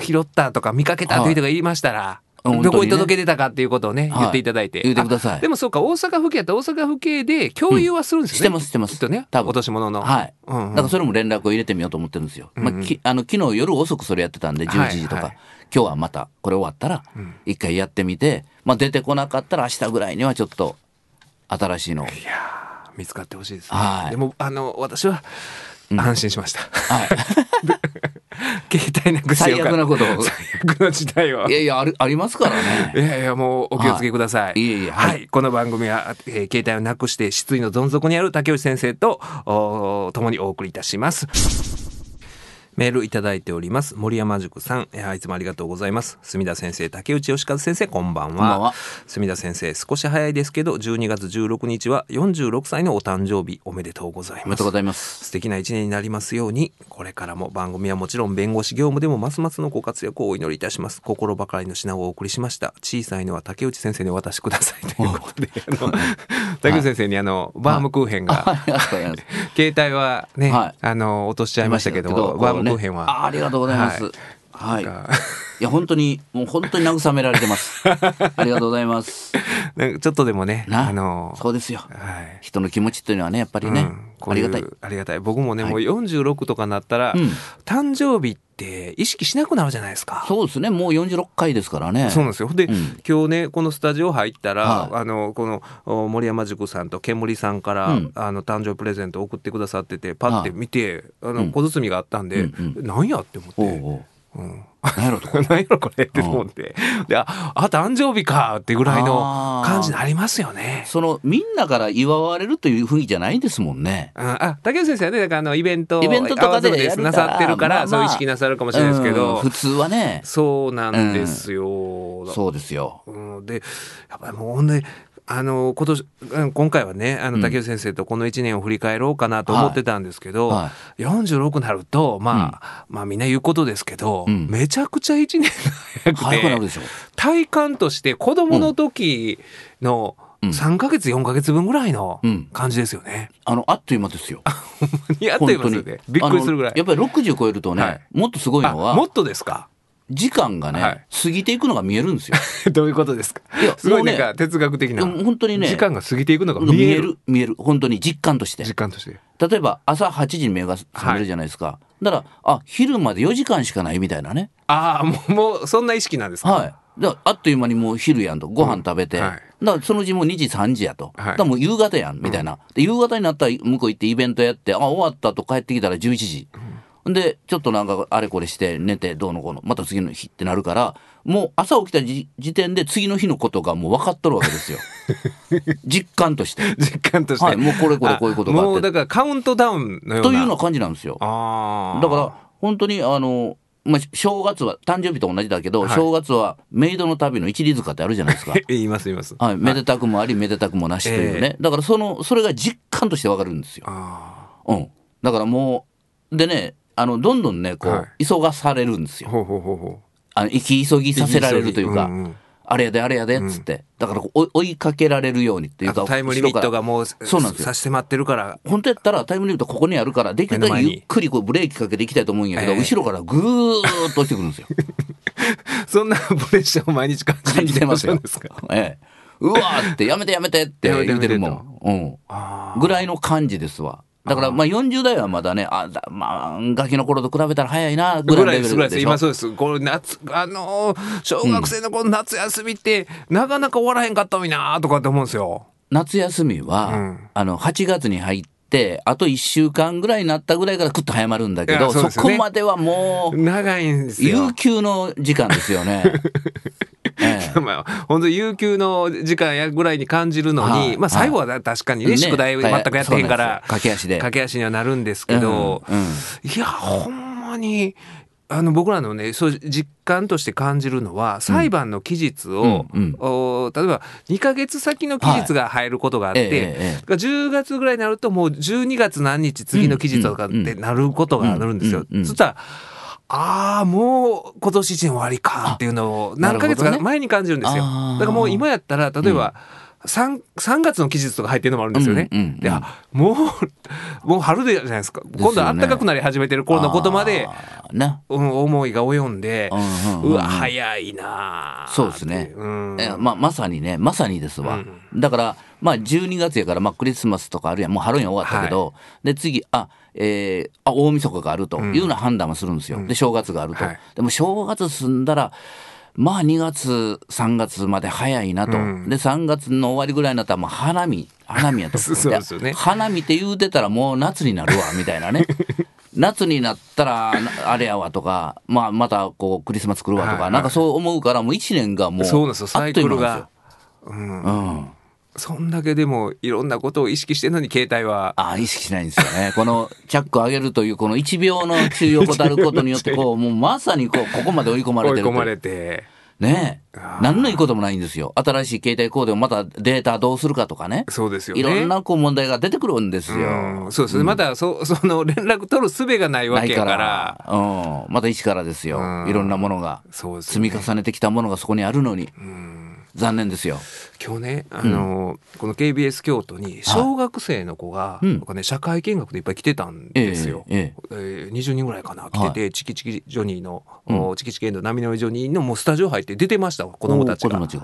Speaker 3: 拾ったとか見かけたという人が言いましたら、どこ
Speaker 4: はい本当に
Speaker 3: に
Speaker 4: ね
Speaker 3: 届けてたかっていうことをね、
Speaker 4: はい
Speaker 3: 言っていただいて。
Speaker 4: 言ってください
Speaker 3: あでもそうか、大阪府警だったら大阪府警で共有はするんですよね。
Speaker 4: うんしてま
Speaker 3: き
Speaker 4: すしてます
Speaker 3: っとね、
Speaker 4: 多分
Speaker 3: 落とし物の。
Speaker 4: はい、
Speaker 3: うんうん
Speaker 4: だからそれも連絡を入れてみようと思ってるんですよ、まあ、きあの昨日夜遅くそれやってたんで
Speaker 3: はい
Speaker 4: 11時とか、
Speaker 3: はい
Speaker 4: 今日はまたこれ終わったら一回やってみて、まあ、出てこなかったら明日ぐらいにはちょっと新しいの
Speaker 3: い
Speaker 4: を
Speaker 3: やー見つかってほしいですね。
Speaker 4: はい
Speaker 3: でも、あの、私は、安心しました。
Speaker 4: はい
Speaker 3: 携帯なくしてよかった
Speaker 4: 最悪なことを
Speaker 3: 最悪の時代を
Speaker 4: い。やいやあるありますから
Speaker 3: い
Speaker 4: ね
Speaker 3: やいや、もうお気をつけください。
Speaker 4: はいいえいえ
Speaker 3: は。
Speaker 4: はいい
Speaker 3: この番組は、えー携帯をなくして失意のどん底にある竹内先生と、おー共にお送りいたします。メールいただいております。森山塾さん、えーいつもありがとうございます。隅田先生、竹内義和先生、こんばんは。
Speaker 4: こんばんは
Speaker 3: 隅田先生、少し早いですけど、12月16日は46歳のお誕生日、おめでとうござい
Speaker 4: お
Speaker 3: ま
Speaker 4: めで
Speaker 3: す
Speaker 4: とうご。ざいます
Speaker 3: 素敵な一年になりますようにこれからも番組はもちろん弁護士業務でもますますのご活躍をお祈りいたします心ばかりの品をお送りしました小さいのは竹内先生にお渡しくださいということ であの竹内先生にあのバームクーヘン
Speaker 4: はい
Speaker 3: が
Speaker 4: ありがとうございます
Speaker 3: 携帯はね
Speaker 4: はい
Speaker 3: あの落としちゃいましたけど
Speaker 4: 出
Speaker 3: バームクーヘン
Speaker 4: こうね
Speaker 3: は
Speaker 4: あありがとうございますはい、
Speaker 3: なんか
Speaker 4: いや本当にもう本当に慰められてますありがとうございます
Speaker 3: なんかちょっとでもね、
Speaker 4: な
Speaker 3: あの、
Speaker 4: そうですよ
Speaker 3: はい。
Speaker 4: 人の気持ちというのはねやっぱり
Speaker 3: う
Speaker 4: ね、
Speaker 3: んこ
Speaker 4: あ
Speaker 3: う
Speaker 4: り
Speaker 3: う
Speaker 4: がたい
Speaker 3: ありがたい。僕もね、
Speaker 4: はい
Speaker 3: もう46とかなったら、
Speaker 4: うん
Speaker 3: 誕生日って意識しなくなるじゃないですか。
Speaker 4: そうですねもう46回ですからね
Speaker 3: そうなんですよ。で、
Speaker 4: うん
Speaker 3: 今日ね、このスタジオ入ったら、
Speaker 4: は
Speaker 3: あの、このお森山塾さんと煙さんから、
Speaker 4: うん
Speaker 3: あの、誕生日プレゼント送ってくださってて、パッて見て、あ
Speaker 4: う
Speaker 3: の、
Speaker 4: ん
Speaker 3: 小包みがあったんで、
Speaker 4: うん
Speaker 3: なんやって思って、
Speaker 4: おうおう
Speaker 3: うん
Speaker 4: 何やろと か
Speaker 3: 何やろこれって思って、で、あ、あ誕生日かってぐらいの感じになりますよね。
Speaker 4: そのみんなから祝われるという雰囲気じゃないですもんね
Speaker 3: ああ竹内先生はねだからあのイベント
Speaker 4: イベントとかで
Speaker 3: 合わせる
Speaker 4: やるか
Speaker 3: な
Speaker 4: ら
Speaker 3: さってるから、
Speaker 4: まあまあ
Speaker 3: そういう意識なさるかもしれないですけど、
Speaker 4: うん普通はね
Speaker 3: そうなんですよ、
Speaker 4: そうですよ
Speaker 3: うん、でやっぱりもうほんであの今年うん今回はねあの竹内先生とこの1年を振り返ろうかなと思ってたんですけど、
Speaker 4: は
Speaker 3: 46になると、まあまあみんな言うことですけど、
Speaker 4: うん
Speaker 3: めちゃくちゃ1年が早
Speaker 4: 早くな
Speaker 3: く
Speaker 4: る
Speaker 3: て
Speaker 4: でしょ
Speaker 3: 体感として子どもの時の
Speaker 4: うん
Speaker 3: 3か月4か月分ぐらいの
Speaker 4: うん
Speaker 3: 感じですよね。
Speaker 4: あのあっという間ですよ
Speaker 3: いやって
Speaker 4: 本
Speaker 3: ます
Speaker 4: 当に
Speaker 3: よねびっくりするぐらい
Speaker 4: あの。やっぱり60超えるとね、
Speaker 3: はい
Speaker 4: もっとすごいの
Speaker 3: あも
Speaker 4: は
Speaker 3: っとですか
Speaker 4: 時間がね、
Speaker 3: はい
Speaker 4: 過ぎていくのが見えるんですよ
Speaker 3: どういうことですか
Speaker 4: いや
Speaker 3: すごい
Speaker 4: もう
Speaker 3: な
Speaker 4: ね
Speaker 3: んか哲学的な、
Speaker 4: でも本当にね
Speaker 3: 時間が過ぎていくのが見
Speaker 4: 見
Speaker 3: え
Speaker 4: え
Speaker 3: る
Speaker 4: る見える本当に実感として
Speaker 3: 時間として
Speaker 4: 例えば朝8時に目が覚めるじゃないですか、だからあ昼まで4時間しかないみたいなね
Speaker 3: ああもうもうそんな意識なんですか、
Speaker 4: はいだからあっという間にもう昼やんとご飯食べて、
Speaker 3: うんはい
Speaker 4: だからそのうちもう2時3時やと、
Speaker 3: はい
Speaker 4: だからもう夕方やんみたいな、で夕方になったら向こう行ってイベントやってあ終わったと帰ってきたら11時、でちょっとなんかあれこれして寝てどうのこうのまた次の日ってなるからもう朝起きた時時点で次の日のことがもう分かっとるわけですよ実感として
Speaker 3: 実感として、
Speaker 4: はいもうこれこれこういうことがあって
Speaker 3: もうだからカウントダウンのような
Speaker 4: というような感じなんですよ
Speaker 3: ああ
Speaker 4: だから本当にあの、まあ、正月は誕生日と同じだけど、
Speaker 3: い。
Speaker 4: 正月はメイドの旅の一里塚ってあるじゃないですか
Speaker 3: 言います言います、
Speaker 4: はい、めでたくもありめでたくもなしというね、だからそのそれが実感としてわかるんですよ、
Speaker 3: あ
Speaker 4: うん、だからもうでねあのどんどんねこう、
Speaker 3: は
Speaker 4: 急がされるんです
Speaker 3: あ
Speaker 4: よ
Speaker 3: ほうほうほうほ
Speaker 4: あの行き急ぎ
Speaker 3: う
Speaker 4: させられるというか、
Speaker 3: んん
Speaker 4: あれやであれやでっつって、だからこう追い追いかけられるようにってい
Speaker 3: あ
Speaker 4: うか
Speaker 3: とタイムリミットがもう
Speaker 4: そうなんですよ
Speaker 3: 差し迫ってるから
Speaker 4: 本当やったらタイムリミットここにあるからできるだけゆっくりこうブレーキかけていきたいと思うんやけど、
Speaker 3: ええ
Speaker 4: 後ろからぐーっと落ちてくるんですよ
Speaker 3: そんなプレッシャーを毎日 感じて
Speaker 4: 感
Speaker 3: い
Speaker 4: じてますよ
Speaker 3: んですか。
Speaker 4: ええ、うわーってやめてやめてって
Speaker 3: やめて
Speaker 4: 言うてるも
Speaker 3: やめ
Speaker 4: ん、
Speaker 3: あ
Speaker 4: うん、ぐらいの感じですわ。だからまあ40代はまだね、あだまあ、ガキの頃と比べたら早いな ぐ
Speaker 3: ぐ
Speaker 4: ら
Speaker 3: らいで
Speaker 4: いのレベ
Speaker 3: すぐらい
Speaker 4: ル
Speaker 3: で
Speaker 4: ですし
Speaker 3: 今
Speaker 4: ょ。
Speaker 3: そうですこれ夏あのー小学生のこの夏休みって、なかなか終わらへんかったのになーとかって思うんですよ
Speaker 4: 夏休みは、
Speaker 3: うん
Speaker 4: あの8月に入って、あと1週間ぐらいになったぐらいからクッと早まるんだけ
Speaker 3: いや
Speaker 4: ど、
Speaker 3: そう
Speaker 4: そ
Speaker 3: ですよね
Speaker 4: こまではもう、
Speaker 3: 長いんですよ
Speaker 4: 有給の時間です よね。ええ
Speaker 3: まあ、本当に有給の時間やぐらいに感じるのに、
Speaker 4: はい
Speaker 3: まあ最後はだ確かにね、
Speaker 4: ね
Speaker 3: 宿題全くやってへんから、
Speaker 4: そうなんですよ駆け足で
Speaker 3: 駆け足にはなるんですけど、
Speaker 4: うんうん
Speaker 3: いや、ほんまに、あの僕らのねそう実感として感じるのは裁判の期日を、
Speaker 4: うんうん
Speaker 3: お例えば2ヶ月先の期日が入ることがあって、
Speaker 4: はいええええ
Speaker 3: だから10月ぐらいになるともう12月何日次の期日とかってなることがあるんですよ。
Speaker 4: うんうんうん
Speaker 3: そしたらああもう今年1年終わりかっていうのを何ヶ月か
Speaker 4: なるほどね
Speaker 3: 前に感じるんですよ。
Speaker 4: あー
Speaker 3: だからもう今やったら例えば、三三月の期日とか入ってるのもあるんですよね。
Speaker 4: うんうんうん
Speaker 3: であもうもう春でじゃないですか。
Speaker 4: すよ
Speaker 3: 今
Speaker 4: ね
Speaker 3: 度は暖かくなり始めてる頃のことまで、
Speaker 4: あーな
Speaker 3: うん、思いが及んで、
Speaker 4: うんうんうんう
Speaker 3: うんわ早いなあ
Speaker 4: そうですね
Speaker 3: うん、
Speaker 4: えまあ、まさにね、まさにですわ。だから、まあ、12月やから、まあ、クリスマスとかあるやん、もうハロウィン終わったけど、で、次、あ、えーあ、大晦日があるというような判断もするんですよ。で、正月があると。
Speaker 3: はい
Speaker 4: でも、正月済んだら、まあ、2月、3月まで早いなと。
Speaker 3: うん
Speaker 4: で、3月の終わりぐらいになったら、もう花見、花見や と。
Speaker 3: そうですよね
Speaker 4: 花見って言うてたらもう夏になるわみたい なね夏になったらなあれやわとか、まあ、またこうクリスマス来るわとか、
Speaker 3: はいはい
Speaker 4: なんかそう思うからもう1年がもう
Speaker 3: そうなんですよサイクル
Speaker 4: あっ
Speaker 3: が
Speaker 4: という間なんですようん、
Speaker 3: そんだけでもいろんなことを意識してるのに携帯は
Speaker 4: あ意識しないんですよね このチャック上げるというこの1秒の注意を怠ることに よってこうもうまさにこうここまで追い込まれ
Speaker 3: 追
Speaker 4: て
Speaker 3: い
Speaker 4: ると
Speaker 3: 込
Speaker 4: い
Speaker 3: ま
Speaker 4: う
Speaker 3: れて
Speaker 4: ねえ何のいいこともないんですよ新しい携帯コーデをまたデータどうするかとかね
Speaker 3: そうですよね
Speaker 4: いろんなこう問題が出てくるんですよ、
Speaker 3: うんそうですね、まだそ その連絡取る術がないわ
Speaker 4: ない
Speaker 3: けや
Speaker 4: か
Speaker 3: からら
Speaker 4: うん、また一からですよ、
Speaker 3: うん
Speaker 4: いろんなものが
Speaker 3: そうです
Speaker 4: 積
Speaker 3: よね
Speaker 4: み重ねてきたものがそこにあるのに、残念ですよ
Speaker 3: 今日ね、あのこの KBS 京都に小学生の子が、
Speaker 4: うん
Speaker 3: 僕ね社会見学でいっぱい来てたんですよ。
Speaker 4: えええ
Speaker 3: えー20人ぐらいかな来てて、チキチキジョニーの、
Speaker 4: うん
Speaker 3: おチキチキエンド波の上ジョニーのもうスタジオ入って出てましたわ子供たちが。
Speaker 4: お子供
Speaker 3: だ
Speaker 4: たちが。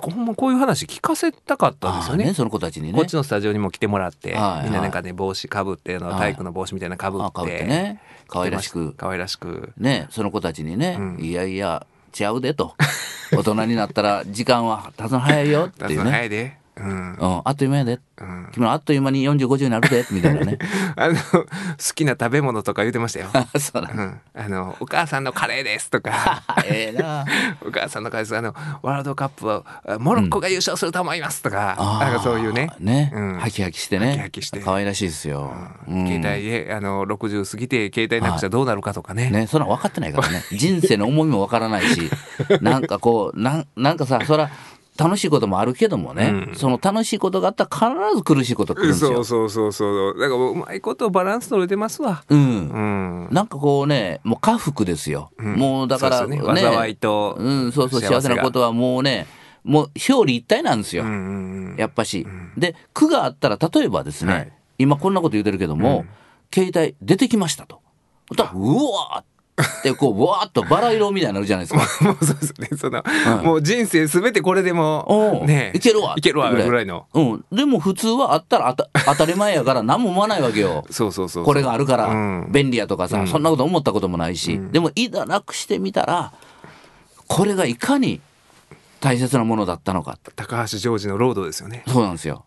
Speaker 3: からほんまこういう話聞かせたかっ
Speaker 4: うん
Speaker 3: たんですよ
Speaker 4: あー
Speaker 3: ね。
Speaker 4: その子たちにね。
Speaker 3: こっちのスタジオにも来てもらって、
Speaker 4: はい
Speaker 3: みんななんかね帽子かぶってあの
Speaker 4: はい
Speaker 3: 体育の帽子みたいなのかぶ
Speaker 4: あ
Speaker 3: っ
Speaker 4: かぶっててね。可愛らしく。
Speaker 3: 可愛らしく
Speaker 4: ね、その子たちにね、
Speaker 3: うん
Speaker 4: いやいや、ちゃうでと。 大人になったら時間は経つの早いよって
Speaker 3: 出
Speaker 4: い
Speaker 3: すの
Speaker 4: うね。
Speaker 3: 早いで、うん
Speaker 4: うん、あっという間やで。
Speaker 3: うん、
Speaker 4: 君のあっという間に40、50になるで、みたいなね。
Speaker 3: あの好きな食べ物とか言ってましたよ。
Speaker 4: あそうな
Speaker 3: うん
Speaker 4: だ
Speaker 3: ん、あのお母さんのカレーですと か
Speaker 4: え えな。
Speaker 3: お母さんのカレーですあのワールドカップはあモロッコが優勝すると思いますとか、
Speaker 4: あー
Speaker 3: なんかそういうね
Speaker 4: ね、
Speaker 3: うん
Speaker 4: ハキハキしてね。
Speaker 3: ハキハキして
Speaker 4: 可愛らしいですよ。うん
Speaker 3: 携帯であの60過ぎて携帯なくちゃどうなるかとかね,、
Speaker 4: ね、そんなん分かってないからね。人生の重みも分からない し、なんかこう、なんなんかさ、そら、楽しいこともあるけどもね、その楽しいことがあったら必ず苦しいこと来るんです
Speaker 3: そ
Speaker 4: よ
Speaker 3: う。そうそうそうだからうまいことバランス取れてますわ。
Speaker 4: うん
Speaker 3: う。ん
Speaker 4: なんかこうね、もう家福ですよ。もうだから、
Speaker 3: そうですね災いと
Speaker 4: うん、そうそう、
Speaker 3: 幸せが
Speaker 4: 幸せなことはもうね、もう表裏一体なんですよ。
Speaker 3: うんうん うん
Speaker 4: やっぱし。で、苦があったら、例えばですね、
Speaker 3: はい
Speaker 4: 今こんなこと言うてるけども、携帯出てきましたと。そしたらうわーって、こう、わーっとバラ色みたいになるじゃないですか。
Speaker 3: もうそうです ねその、もう人生すべてこれでも
Speaker 4: おう
Speaker 3: ね
Speaker 4: いけるわ
Speaker 3: いけるわ
Speaker 4: ぐらい
Speaker 3: ぐらいの
Speaker 4: うん。でも普通はあったらあた当たり前やから何も思わないわけよ。
Speaker 3: そうそうそうそう
Speaker 4: これがあるか
Speaker 3: うん
Speaker 4: ら便利やとかさ、そんなこと思ったこともないし、でもいざなくしてみたら、これがいかに大切なものだったのか。
Speaker 3: 高橋ジョージのロードですよね
Speaker 4: そうなんですよ。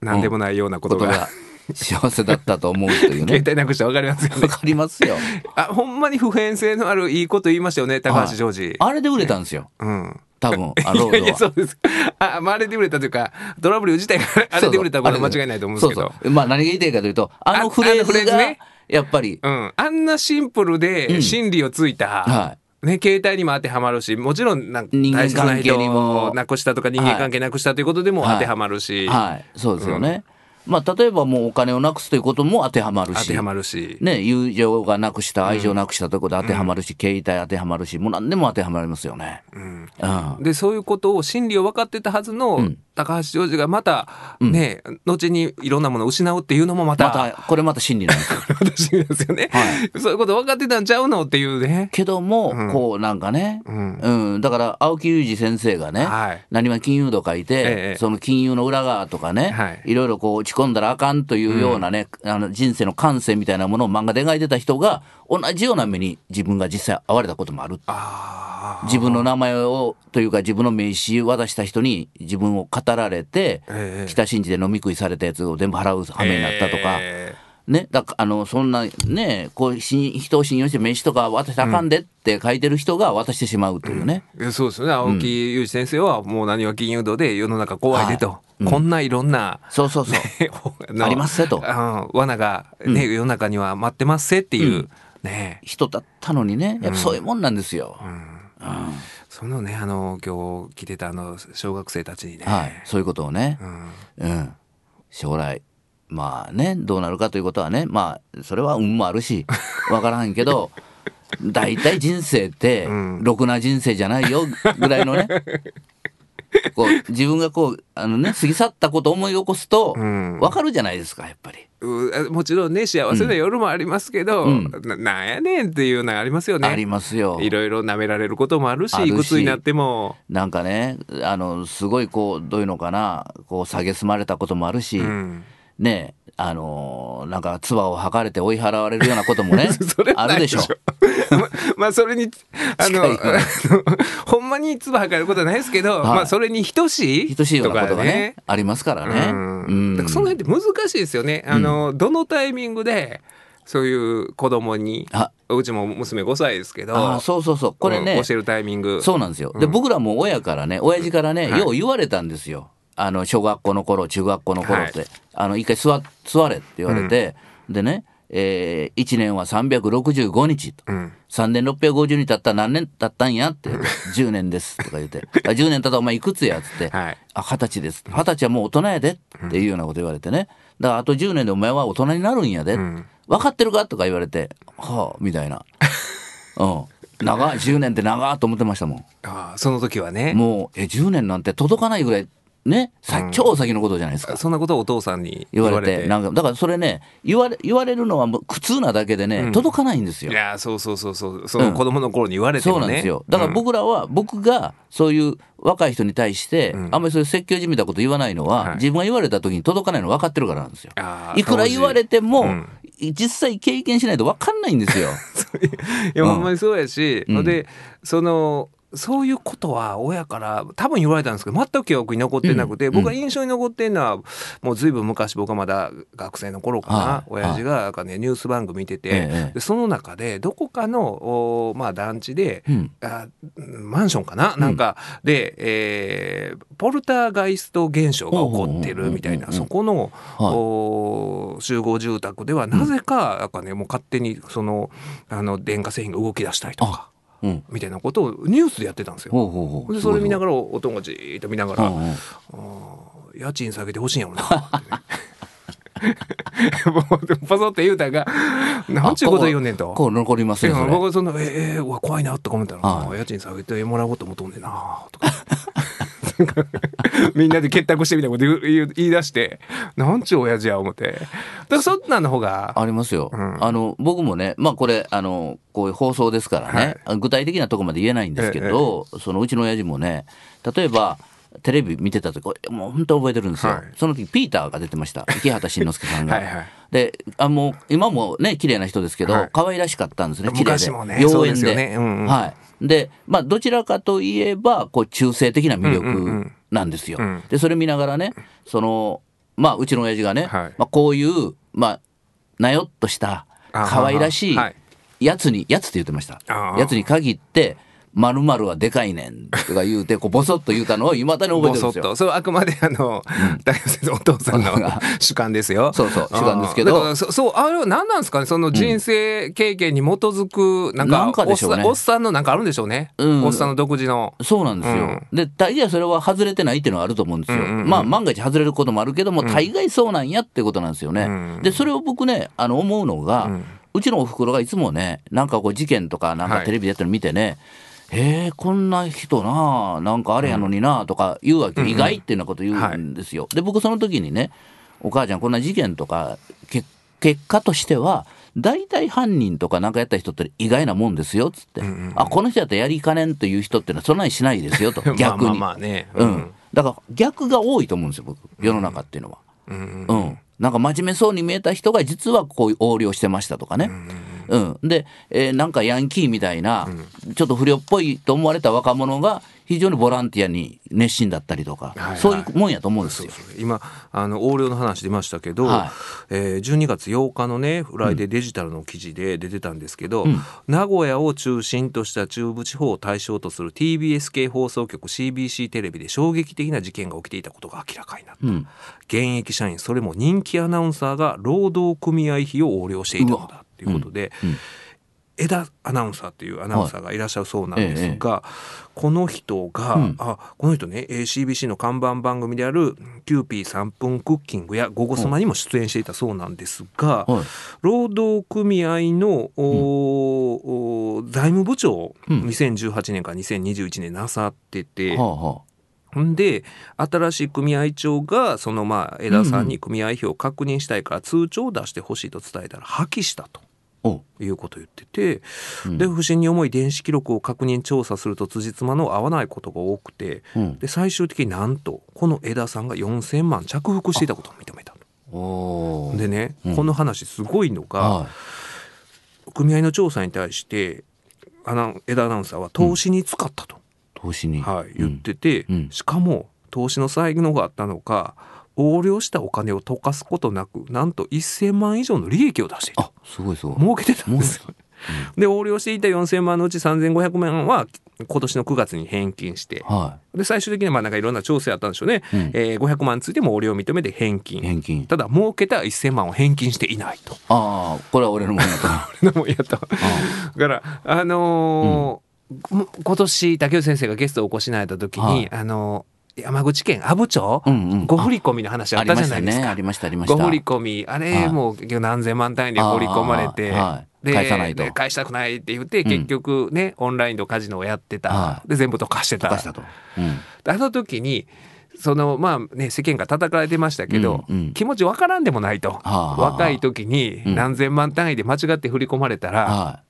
Speaker 3: 何でもないようなこ
Speaker 4: ことと
Speaker 3: が、
Speaker 4: が幸せだったと思うという
Speaker 3: 携
Speaker 4: ね。
Speaker 3: 帯なくしたら分かりますよね
Speaker 4: わかりますよ。
Speaker 3: あほんまに普遍性のあるいいこと言いましたよね高橋ジョージ、
Speaker 4: あれで売れたんですよ。
Speaker 3: うん
Speaker 4: 多分、あ ロー
Speaker 3: いやい
Speaker 4: ド
Speaker 3: やそ
Speaker 4: は。
Speaker 3: うですあ、まあ、あれで売れたというかドラブリュー自体があれで売れたことは間違いないと思うんですけど
Speaker 4: そうそうまあ何が言いたいかというと、あ
Speaker 3: あ
Speaker 4: のフレー
Speaker 3: あのフレ
Speaker 4: ズ
Speaker 3: ーズ
Speaker 4: が
Speaker 3: ね、
Speaker 4: やっぱり、
Speaker 3: うん、あんなシンプルで真理をついた、
Speaker 4: は
Speaker 3: ね、携帯にも当てはまるしもちろんなんか
Speaker 4: 人間
Speaker 3: 大切な
Speaker 4: 関係
Speaker 3: 人
Speaker 4: にも
Speaker 3: をなくしたとか人間関係なくしたということでも
Speaker 4: はい
Speaker 3: 当てはまるし、
Speaker 4: はい、そうですよね。まあ例えばもうお金をなくすということも当てはまる
Speaker 3: 当
Speaker 4: し。
Speaker 3: てはまるし、
Speaker 4: ね、友情がなくした、愛情なくしたということで当てはまるし、携帯当てはまるし、もう何でも当てはまりますよね。
Speaker 3: うん、
Speaker 4: うん。
Speaker 3: でそういうことを真理を分かってたはずの
Speaker 4: ん
Speaker 3: 高橋ジョージがまたね、後にいろんなものを失うっていうのもまた
Speaker 4: また、これまた真理なんです よ
Speaker 3: 私ですよね、そういうこと分かってたんちゃうのっていうね。
Speaker 4: けども、こうなんかね、
Speaker 3: ん
Speaker 4: うん、だから青木裕二先生がね、
Speaker 3: はい
Speaker 4: 何は金融と書いて、
Speaker 3: ええ
Speaker 4: その金融の裏側とかね、
Speaker 3: はい
Speaker 4: い、ろいろこう落ち込んだらあかんというようなね、あの人生の感性みたいなものを漫画で描いてた人が、同じような目に自分が実際遭われたこともある。
Speaker 3: あ
Speaker 4: 自分の名前をというか自分の名刺渡した人に自分を語られて、
Speaker 3: ええ
Speaker 4: 北新地で飲み食いされたやつを全部払う羽目になったとか、
Speaker 3: え
Speaker 4: ね、だからあのそんなねこう信人を信用して名刺とか渡したらあかんでって書いてる人が渡してしまうというね、
Speaker 3: ーそうですよね青木裕二先生はもう何は金融道で世の中怖いでと、こんないろんな。
Speaker 4: そうそうそう
Speaker 3: の
Speaker 4: あります せと
Speaker 3: うん罠が、ね世の中には待ってますせっていう、ね
Speaker 4: 人だったのにねやっぱそういうもんなんですよ、
Speaker 3: そのねあの今日来てたあの小学生たちにね、
Speaker 4: はい、そういうことをね、
Speaker 3: うん
Speaker 4: うん、将来まあねどうなるかということはねまあそれは運もあ るしわからんけど大体人生って、ろくな人生じゃないよぐら いのねこう自分がこうあのね過ぎ去ったことを思い起こすと、
Speaker 3: ん
Speaker 4: わかるじゃないですかやっぱり。
Speaker 3: うもちろんね幸せな夜もありますけど、ななんやねんっていうのはありますよね。
Speaker 4: ありますよ。
Speaker 3: いろいろ舐められることもあるし
Speaker 4: あるし
Speaker 3: いくつになっても、
Speaker 4: なんかねあのすごいこうどういうのかなこう蔑まれたこともあるし、
Speaker 3: うん
Speaker 4: ねあのなんか唾を吐かれて追い払われるようなこともね
Speaker 3: それは
Speaker 4: あ
Speaker 3: な
Speaker 4: る
Speaker 3: い
Speaker 4: で
Speaker 3: で
Speaker 4: し
Speaker 3: し
Speaker 4: ょ
Speaker 3: ょ。 ままあそれにあの
Speaker 4: 近いか
Speaker 3: あ
Speaker 4: ら
Speaker 3: の ほんまに唾吐かれることはないですけど、
Speaker 4: はい
Speaker 3: まあそれに等しい
Speaker 4: 等しいようなこと
Speaker 3: とか
Speaker 4: がねありますからね。
Speaker 3: うん
Speaker 4: うん
Speaker 3: だからその辺って難しいですよね。あの、どのタイミングでそういう子供に
Speaker 4: あ
Speaker 3: うちも娘5歳ですけど
Speaker 4: あーそうそうそうこれね、
Speaker 3: うん教えるタイミング
Speaker 4: そうなんですよ。で、僕らも親からね親父からね、よう言われたんですよ。あの小学校の頃中学校の頃って、
Speaker 3: は
Speaker 4: あの一回座座れって言われて、でね、え1年は365日と。
Speaker 3: うん
Speaker 4: 3年650に経ったら何年経ったんやって言うて、10年ですとか言って、あ10年経ったらお前いくつやっつって、
Speaker 3: はい
Speaker 4: あ、20歳です。20歳はもう大人やでっていうようなこと言われてね。だからあと10年でお前は大人になるんやで。分かってるかとか言われて、はあ、みたいな。うん。長い、10年って長いと思ってましたも
Speaker 3: あーその時はね
Speaker 4: ん。もう、え、10年なんて届かないぐらいね、さ超先のことじゃないですか。
Speaker 3: そんなことをお父さんに
Speaker 4: 言
Speaker 3: 言わ
Speaker 4: わ
Speaker 3: れ
Speaker 4: れ
Speaker 3: て
Speaker 4: てなんかだからそれね言われ言われるのはもう苦痛なだけでね、
Speaker 3: ん
Speaker 4: 届かないんですよ
Speaker 3: い。やそうそうそうそうそうの
Speaker 4: ん
Speaker 3: 子供の頃に言われて
Speaker 4: そう
Speaker 3: もね、
Speaker 4: なんですよだから僕らは、僕がそういう若い人に対して、あんまりそういう説教じみたこと言わないのは、
Speaker 3: はい
Speaker 4: 自分が言われた時に届かないの分かってるからなんですよ
Speaker 3: あー
Speaker 4: いくら言われても、
Speaker 3: うん
Speaker 4: 実際経験しないと分かんないんですよ
Speaker 3: いや
Speaker 4: うん
Speaker 3: ほんまにそうやし、
Speaker 4: うん
Speaker 3: でそのそういうことは親から多分言われたんですけど全く記憶に残ってなくて、僕が印象に残ってるのはもう随分昔僕はまだ学生の頃かな、
Speaker 4: はい
Speaker 3: 親父がなんか、ね、ニュース番組見てて、
Speaker 4: ええ
Speaker 3: でその中でどこかの、おまあ、団地で、
Speaker 4: うん
Speaker 3: あマンションかな、なんかで、えーポルターガイスト現象が起こってるみたいな、
Speaker 4: ほうほ
Speaker 3: そこの、
Speaker 4: はい
Speaker 3: お集合住宅ではなぜか,、なんかね、もう勝手にそのあの電化製品が動き出したりとか
Speaker 4: うん
Speaker 3: みたいなことをニュースでやってたんですよ。
Speaker 4: ほうほうほう
Speaker 3: でそれ見な
Speaker 4: が
Speaker 3: がらお音がじーっと見ながら、
Speaker 4: うんうん
Speaker 3: 家賃下げてほしいんやろうな ってね。もうパソって言うたんが「なんちゅうこと言うねん」と。
Speaker 4: こう残ります
Speaker 3: い
Speaker 4: よ
Speaker 3: や
Speaker 4: それ
Speaker 3: 僕はそんな「ええうわ怖いな」とか思ったら、
Speaker 4: は
Speaker 3: 家賃下げてもらおうと思っとんねんな」とか なんかみんなで結託してみたいなこと言う言う言い出してなんちゅう親父や思ってだからそんなんの方が
Speaker 4: ありますよ、
Speaker 3: ん
Speaker 4: あの僕もね、まあ、これあのこういう放送ですからね、具体的なとこまで言えないんですけど、そのうちの親父もね例えばテレビ見てた時これもう本当覚えてるんですよ、
Speaker 3: はい
Speaker 4: その時ピーターが出てました池畑慎之介さん が
Speaker 3: はいはい
Speaker 4: であもう今もね綺麗な人ですけど、
Speaker 3: はい
Speaker 4: 可愛らしかったんですね綺麗で
Speaker 3: 昔もねそうですよねうんうん
Speaker 4: はい、で、まあ、どちらかといえばこう中性的な魅
Speaker 3: うんうんう
Speaker 4: 力
Speaker 3: ん
Speaker 4: なんですよ。
Speaker 3: ん
Speaker 4: でそれ見ながらねその、まあ、うちの親父がね、
Speaker 3: はい
Speaker 4: まあ、こういう、まあ、なよっとした
Speaker 3: あ
Speaker 4: 可愛らしい
Speaker 3: はい
Speaker 4: やつにやつって言ってました
Speaker 3: あー
Speaker 4: やつに限って「まるはでかいねん」とか言うてこうボソッと言うたのをいまだに覚え
Speaker 3: ぼ
Speaker 4: てる
Speaker 3: そっ
Speaker 4: んですよ。
Speaker 3: とそれはあくまであの大学生のお父さんの
Speaker 4: お父さんが
Speaker 3: 主観ですよ
Speaker 4: そうそう主観ですけ
Speaker 3: あ
Speaker 4: ど
Speaker 3: ーだからそそうあれは何なんですかねその人生経験に基づくなんか
Speaker 4: なんかでしょうね
Speaker 3: おっさんおっさんのなんかあるんでしょうね、
Speaker 4: うん
Speaker 3: おっさんの独自の
Speaker 4: そうなんですよ。で、大概それは外れてないっていうのはあると思うんですよ。まあ、万が一外れることもあるけども、大概そうなんやってことなんですよね。で、それを僕ね、あの、思うのが、うちのおふくろがいつもね、なんかこう事件とか、なんか
Speaker 3: はい
Speaker 4: テレビでやってるの見てね、へえ、こんな人なあ、なんかあれやのになあとか言うわけ、意外っていうようなこと言うんですよ。で、僕その時にね、お母ちゃんこんな事件とか、け結果としては、大体犯人とかなんかやった人って意外なもんですよ、つって。あ、この人やったらやりかねんという人ってのはそんなにしないですよ、 と。逆に。
Speaker 3: まあまあまあね、
Speaker 4: うん、だから逆が多いと思うんですよ僕世の中っていうのは。うんなんか真面目そうに見えた人が実はこういう横領してましたとかね。うんで、えーなんかヤンキーみたいな、ちょっと不良っぽいと思われた若者が非常にボランティアに熱心だったりとか、
Speaker 3: いはい
Speaker 4: そういうもんやと思うんです
Speaker 3: そう
Speaker 4: よ。
Speaker 3: そう今あの横領の話出ましたけど、
Speaker 4: はい
Speaker 3: えー12月8日のね「フライデーデジタル」の記事で出てたんですけど、名古屋を中心とした中部地方を対象とする TBS 系放送局 CBC テレビで衝撃的な事件が起きていたことが明らかになった、現役社員それも人気アナウンサーが労働組合費を横領していたのだということで。枝アナウンサーっていうアナウンサーがいらっしゃるそうなんですが、この人が、あこの人ねえー CBC の看板番組である「キューピー3分クッキング」や「午後様」にも出演していたそうなんですが、
Speaker 4: はい
Speaker 3: 労働組合の、おーおー財務部長を2018年から2021年なさってて。
Speaker 4: はあは
Speaker 3: ほんで新しい組合長がそのまあ枝さんに組合費を確認したいから通帳を出してほしいと伝えたら破棄したと。
Speaker 4: あ、おう
Speaker 3: いうことを言ってて、で不審に思い電子記録を確認調査すると辻褄の合わないことが多くて、
Speaker 4: うん
Speaker 3: で最終的になんとこの枝さんが4,000万着服していたことを認めた
Speaker 4: おー
Speaker 3: でね、この話すごいのが、
Speaker 4: は
Speaker 3: 組合の調査に対してアナ枝アナウンサーは投資に使ったと、
Speaker 4: い、投資に、
Speaker 3: はい、言ってて、
Speaker 4: うんうん
Speaker 3: しかも投資の才能があったのか横領したお金を溶かすことなくなんと1,000万以上の利益を出していた
Speaker 4: あすごいすごい。
Speaker 3: 儲けてたんですよ。 で横領していた4,000万のうち3,500万は今年の9月に返金して
Speaker 4: は
Speaker 3: で最終的にまあなんかいろんな調整あったんでしょうね、
Speaker 4: うん
Speaker 3: えー500万についても横領を認めて返
Speaker 4: い、
Speaker 3: 金
Speaker 4: 返金。
Speaker 3: ただ儲けた1,000万を返金していないと
Speaker 4: ああこれは俺のもんや と。あ
Speaker 3: でもやっただ
Speaker 4: あ
Speaker 3: からあのーも今年竹内先生がゲストをお越しになられた時に、
Speaker 4: はい
Speaker 3: あのー山口県阿武町、
Speaker 4: うんうん
Speaker 3: ご振り込みの話あ
Speaker 4: あ
Speaker 3: っ
Speaker 4: り
Speaker 3: たじ
Speaker 4: ま
Speaker 3: ゃ
Speaker 4: し
Speaker 3: な
Speaker 4: た
Speaker 3: いです
Speaker 4: ね
Speaker 3: か
Speaker 4: あ。りましたありました。
Speaker 3: ご振り込みあ
Speaker 4: は
Speaker 3: れ
Speaker 4: い
Speaker 3: もう結局何千万単位で振り込まれて、
Speaker 4: あーはい
Speaker 3: で
Speaker 4: 返さないと
Speaker 3: 返したくないって言って
Speaker 4: ん
Speaker 3: 結局ね、オンラインのカジノをやってた、
Speaker 4: は
Speaker 3: で全部溶かしてた
Speaker 4: とかしたと。うん
Speaker 3: あの時にそのまあね世間が叩かれてましたけど、
Speaker 4: うんうん
Speaker 3: 気持ちわからんでもないと、
Speaker 4: あ
Speaker 3: 若い時に
Speaker 4: うん
Speaker 3: 何千万単位で間違って振り込まれたら、
Speaker 4: は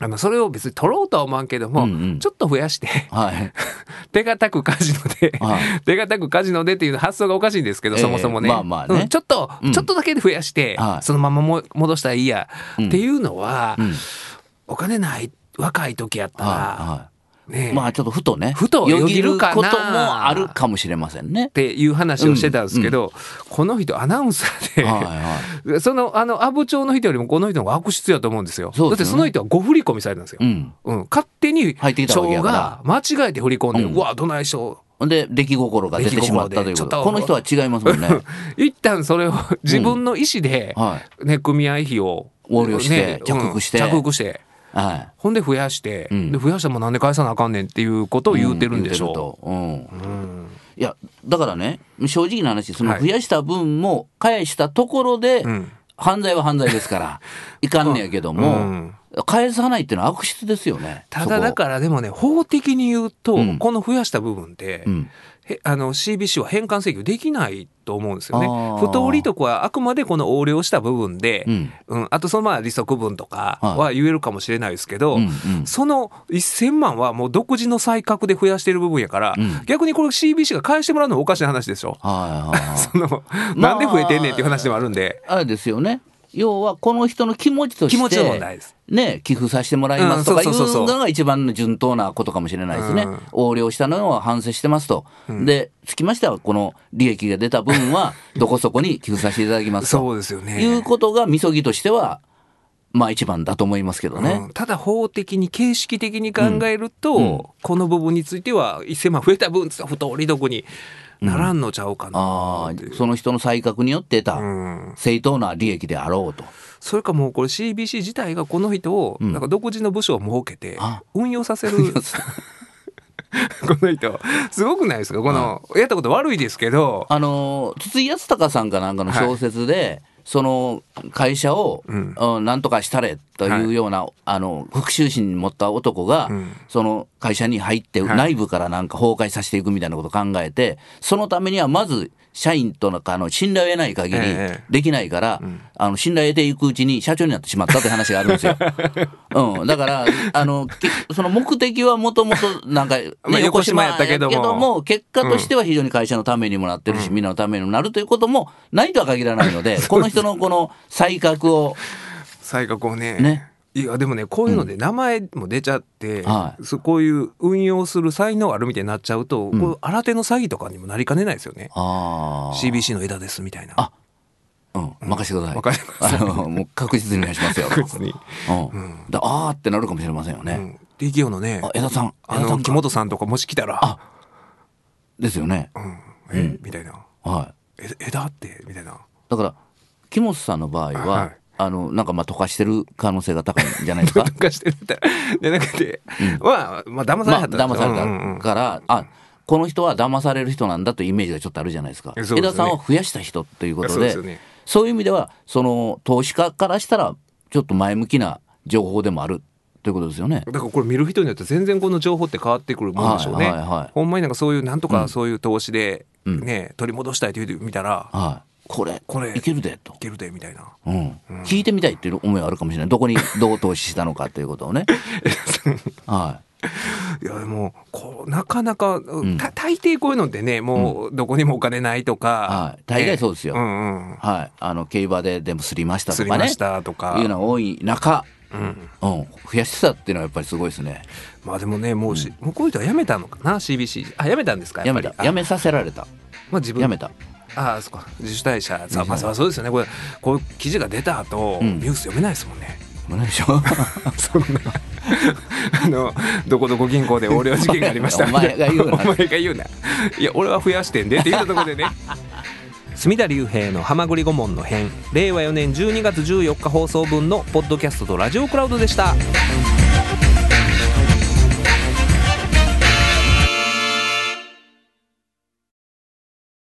Speaker 3: あのそれを別に取ろうとは思わんけども、
Speaker 4: うんうん
Speaker 3: ちょっと増やして
Speaker 4: い。はい。
Speaker 3: 手堅くカジノで
Speaker 4: はい。
Speaker 3: 手堅くカジノでっていう発想がおかしいんですけど、
Speaker 4: ええ
Speaker 3: そもそもね,、
Speaker 4: まあまあね
Speaker 3: うんちょっと、
Speaker 4: うん
Speaker 3: ちょっとだけで増やして、
Speaker 4: はい
Speaker 3: そのままも戻したらいいや、
Speaker 4: うん
Speaker 3: っていうのは、
Speaker 4: うん。
Speaker 3: お金ない若い時やったら、
Speaker 4: は
Speaker 3: ね
Speaker 4: い。まあちょっとふとね。
Speaker 3: ふとよぎるかな
Speaker 4: よぎこともあるかもしれませんね
Speaker 3: っ。ていう話をしてたんですけど、この人アナウンサーで、
Speaker 4: はい は
Speaker 3: その、あの、阿武町の人よりもこの人の方が悪質やと思うんですよ。
Speaker 4: そう
Speaker 3: だっ
Speaker 4: です
Speaker 3: てそ
Speaker 4: よね
Speaker 3: の人は誤振り込みされたんですよ
Speaker 4: い。う。ん。
Speaker 3: うん。勝手に、
Speaker 4: 入ってきたわけや
Speaker 3: 町が
Speaker 4: から
Speaker 3: 間違えて振り込んで、
Speaker 4: うん
Speaker 3: うわ、どないしょ
Speaker 4: ほんで、出来心が出てしまったとい
Speaker 3: 出来心で
Speaker 4: うこ
Speaker 3: ちょ
Speaker 4: と。
Speaker 3: っと
Speaker 4: この人は違いま すもんね。
Speaker 3: う。一旦それを自分の意思で、
Speaker 4: はい。
Speaker 3: ね、組合費を、
Speaker 4: 横領して
Speaker 3: ね
Speaker 4: 着服して
Speaker 3: うん着服して。
Speaker 4: はい。
Speaker 3: ほんで増やして、
Speaker 4: うん
Speaker 3: で増やしたらもうなんで返さなあかんねんっていうことを言うてるんでし
Speaker 4: う
Speaker 3: ょ
Speaker 4: 言うてると
Speaker 3: う。うん。
Speaker 4: うんいやだからね正直な話その
Speaker 3: はい
Speaker 4: 増やした分も返したところで、
Speaker 3: ん
Speaker 4: 犯罪は犯罪ですから いかんねやけども、
Speaker 3: うん
Speaker 4: 返さないっていうのは悪質ですよね
Speaker 3: ただだ
Speaker 4: ら
Speaker 3: からでもね、法的に言うと、
Speaker 4: うん
Speaker 3: この増やした部分って、
Speaker 4: うん
Speaker 3: へあの CBC は返還請求できないと思うんですよ
Speaker 4: あ
Speaker 3: ね。
Speaker 4: ー
Speaker 3: 不当利得はあくまでこの横領した部分で、
Speaker 4: う
Speaker 3: うん
Speaker 4: ん
Speaker 3: あとそのまあ利息分とか
Speaker 4: は
Speaker 3: は言えるかもしれないですけど、
Speaker 4: うんうん
Speaker 3: その1000万はもう独自の再格で増やしてる部分やから、
Speaker 4: うん
Speaker 3: 逆にこれ CBC が返してもらうのはおかしな話でしょ。
Speaker 4: はいはいは い
Speaker 3: その、
Speaker 4: ま
Speaker 3: な
Speaker 4: あ
Speaker 3: んで増えてんねんっていう話でもあるんで、
Speaker 4: あれですよね要はこの人の気持ちとして
Speaker 3: 気持ちの問題です。
Speaker 4: ね、寄付させてもらいますとか
Speaker 3: うん
Speaker 4: い
Speaker 3: そうそうそうそう
Speaker 4: うのが一番の順当なことかもしれないですね、
Speaker 3: うん
Speaker 4: 横領したのは反省してますと、でつきましてはこの利益が出た 分はどこそこに寄付させていただきますと
Speaker 3: そうですよね。
Speaker 4: いうことがみそぎとしてはまあ一番だと思いますけどね
Speaker 3: う、んただ法的に形式的に考えると、
Speaker 4: うんうん
Speaker 3: この部分については1000万増えた分つったら太りどこにならんのちゃうか
Speaker 4: あ
Speaker 3: なっていう、
Speaker 4: あその人の才覚によって得た
Speaker 3: うん
Speaker 4: 正当な利益であろうと、
Speaker 3: それかもうこれ CBC 自体がこの人を
Speaker 4: うん
Speaker 3: なんか独自の部署を設けて
Speaker 4: あ
Speaker 3: 運用させる、こ の人すごくないですかこの、やったこと悪いですけど
Speaker 4: あの筒井康隆さんかなんかの小説で、その会社を、
Speaker 3: うん
Speaker 4: うんなんとかしたれとい
Speaker 3: は
Speaker 4: う
Speaker 3: い
Speaker 4: ような、あの復讐心に持った男が、
Speaker 3: ん
Speaker 4: その会社に入って
Speaker 3: はい
Speaker 4: 内部からなんか崩壊させていくみたいなことを考えて、そのためにはまず社員とのかの信頼を得ない限り
Speaker 3: ええ
Speaker 4: できないから、あの信頼を得ていくうちに社長になってしまったという話があるん ですよ。うん、だからあのきその目的はもともとなんか、ね
Speaker 3: まあ横島やったけども
Speaker 4: 横島や結果としては非常に会社のためにもなってるし、みんなのためにもなるということもないとは限らな いので、この人のこの才覚を、
Speaker 3: 才覚をね
Speaker 4: ね
Speaker 3: いやでもねこういうので名前も出ちゃって、
Speaker 4: はい
Speaker 3: そうこういう運用する才能あるみたいになっちゃうと、
Speaker 4: ん
Speaker 3: こう新手の詐欺とかにもなりかねないですよね。
Speaker 4: あー
Speaker 3: CBC の枝ですみたいな。
Speaker 4: あうん、任せてください。
Speaker 3: 任せてください
Speaker 4: あのもう確実にお願いしますよ。
Speaker 3: 別に。
Speaker 4: うんだあーってなるかもしれませんよ
Speaker 3: う
Speaker 4: ね。
Speaker 3: ん。TKO のね
Speaker 4: あ、江田さん、
Speaker 3: あ
Speaker 4: 江田さ
Speaker 3: の、
Speaker 4: ん
Speaker 3: 木
Speaker 4: か
Speaker 3: 本さんとかもし来たら、
Speaker 4: あですよね。
Speaker 3: うん、え、みたいな。
Speaker 4: はい。
Speaker 3: え、枝って、みたい な。
Speaker 4: だから木本さんの場合は、
Speaker 3: はい
Speaker 4: あのなんかまあ溶かしてる可能性が高いんじゃないですか
Speaker 3: と。かしてるみたいな。じゃなくて、まあ、まあ、騙されは
Speaker 4: まあ
Speaker 3: ったんですよ
Speaker 4: 騙され
Speaker 3: うんうんう
Speaker 4: た
Speaker 3: ん
Speaker 4: から、あこの人は騙される人なんだというイメージがちょっとあるじゃないです
Speaker 3: そう
Speaker 4: か。
Speaker 3: ですよ
Speaker 4: 江
Speaker 3: ね
Speaker 4: 田さんは増やした人ということ
Speaker 3: そうで
Speaker 4: で、
Speaker 3: す
Speaker 4: そう
Speaker 3: よね
Speaker 4: いう意味ではその投資家からしたらちょっと前向きな情報でもあるということですよね。
Speaker 3: だからこれ見る人によって全然この情報って変わってくるもんでしょうね。
Speaker 4: はいはいはい
Speaker 3: ほんまになんかそういう、なんとかそういう投資で、
Speaker 4: うん
Speaker 3: ね、取り戻したいという人見たら、
Speaker 4: はい。これ
Speaker 3: これ
Speaker 4: いけるでと
Speaker 3: い。けるで、みたいな。
Speaker 4: うん、聞いてみたいっていう思いはあるかもしれない。どこにどう投資したのかということ をね。はい。
Speaker 3: いやでもこうなかなか、
Speaker 4: ん
Speaker 3: た大抵こういうのってねもうどこにもお金ないとか、
Speaker 4: はい大概そうですよ
Speaker 3: ねうんうん、
Speaker 4: はい、あの競馬ででもすりましたと
Speaker 3: 釣
Speaker 4: か
Speaker 3: りま
Speaker 4: ね
Speaker 3: したとか
Speaker 4: いうのが多い中、
Speaker 3: うん、
Speaker 4: うん、増やしてたっていうのはやっぱりすごいですね
Speaker 3: まあでもねもうし、もうこういう人は辞めたのかな CBC あ辞めたんですか
Speaker 4: や
Speaker 3: っぱ
Speaker 4: め
Speaker 3: り
Speaker 4: たやめさせられた
Speaker 3: あまあ自分
Speaker 4: やめた
Speaker 3: ああそっか自主退社
Speaker 4: 社
Speaker 3: さあまあそうですよねこれこういう記事が出た後、
Speaker 4: うん
Speaker 3: ニュース読めないですもんね
Speaker 4: もうないで しょ
Speaker 3: そんな あのどこどこ銀行で横領事件がありました
Speaker 4: お前が言う な
Speaker 3: お前が言うないや俺は増やしてんでって言ったところ でね隅田隆平の「はまぐり顧問の編」令和4年12月14日放送分のポッドキャストとラジオクラウドでした。